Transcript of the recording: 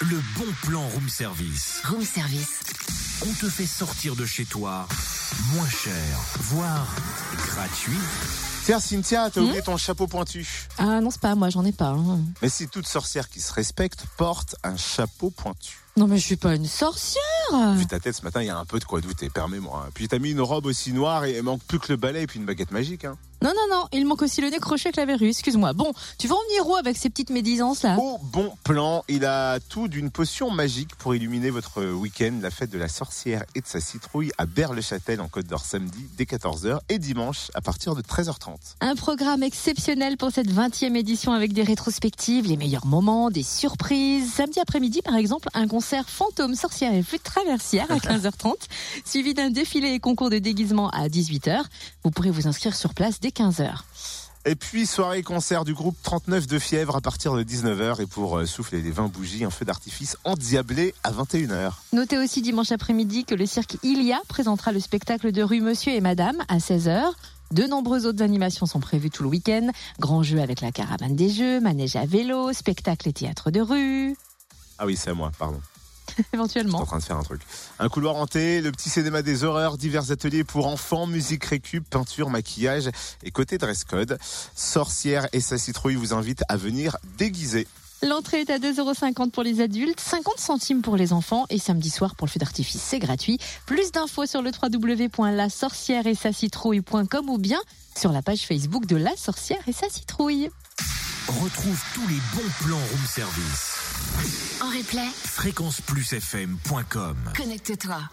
Le bon plan room service. Room service. On te fait sortir de chez toi moins cher, voire gratuit. Tiens, Cynthia, t'as oublié ton chapeau pointu. Ah non, c'est pas à moi, j'en ai pas. hein. Mais si toute sorcière qui se respecte porte un chapeau pointu. Non, mais je suis pas une sorcière. Hmm. Vu ta tête ce matin, il y a un peu de quoi douter, permets-moi. hein. Puis t'as mis une robe aussi noire et il manque plus que le balai et puis une baguette magique. Hein. Non, non, non, il manque aussi le nez crochet avec la verrue, excuse-moi. Bon, tu vas en venir où avec ces petites médisances là Au bon plan, il a tout d'une potion magique pour illuminer votre week-end, la fête de la sorcière et de sa citrouille à Berle-Châtel en Côte d'Or samedi dès 14h et dimanche à partir de 13h30. Un programme exceptionnel pour cette 20e édition avec des rétrospectives, les meilleurs moments, des surprises. Samedi après-midi, par exemple, un concert fantôme, sorcière et flûte traversière à 15h30, suivi d'un défilé et concours de déguisement à 18h. Vous pourrez vous inscrire sur place dès 15h. Et puis soirée concert du groupe 39 de Fièvre à partir de 19h et pour euh, souffler les 20 bougies, un feu d'artifice endiablé à 21h. Notez aussi dimanche après-midi que le cirque Ilia présentera le spectacle de rue Monsieur et Madame à 16h. De nombreuses autres animations sont prévues tout le week-end. Grand jeu avec la caravane des jeux, manège à vélo, spectacle et théâtre de rue, Ah oui, c'est à moi, pardon. Je suis éventuellement. en train de faire un truc. Un couloir hanté, le petit cinéma des horreurs, divers ateliers pour enfants, musique récup, peinture, maquillage et côté dress code. Sorcière et sa citrouille vous invite à venir déguiser. L'entrée est à 2,50€ pour les adultes, 50 centimes pour les enfants et samedi soir pour le feu d'artifice, c'est gratuit. Plus d'infos sur le www.lasorcière et sa citrouille.com ou bien sur la page Facebook de La Sorcière et sa citrouille. Retrouve tous les bons plans room service. En replay, Fréquenceplusfm.com connecte-toi.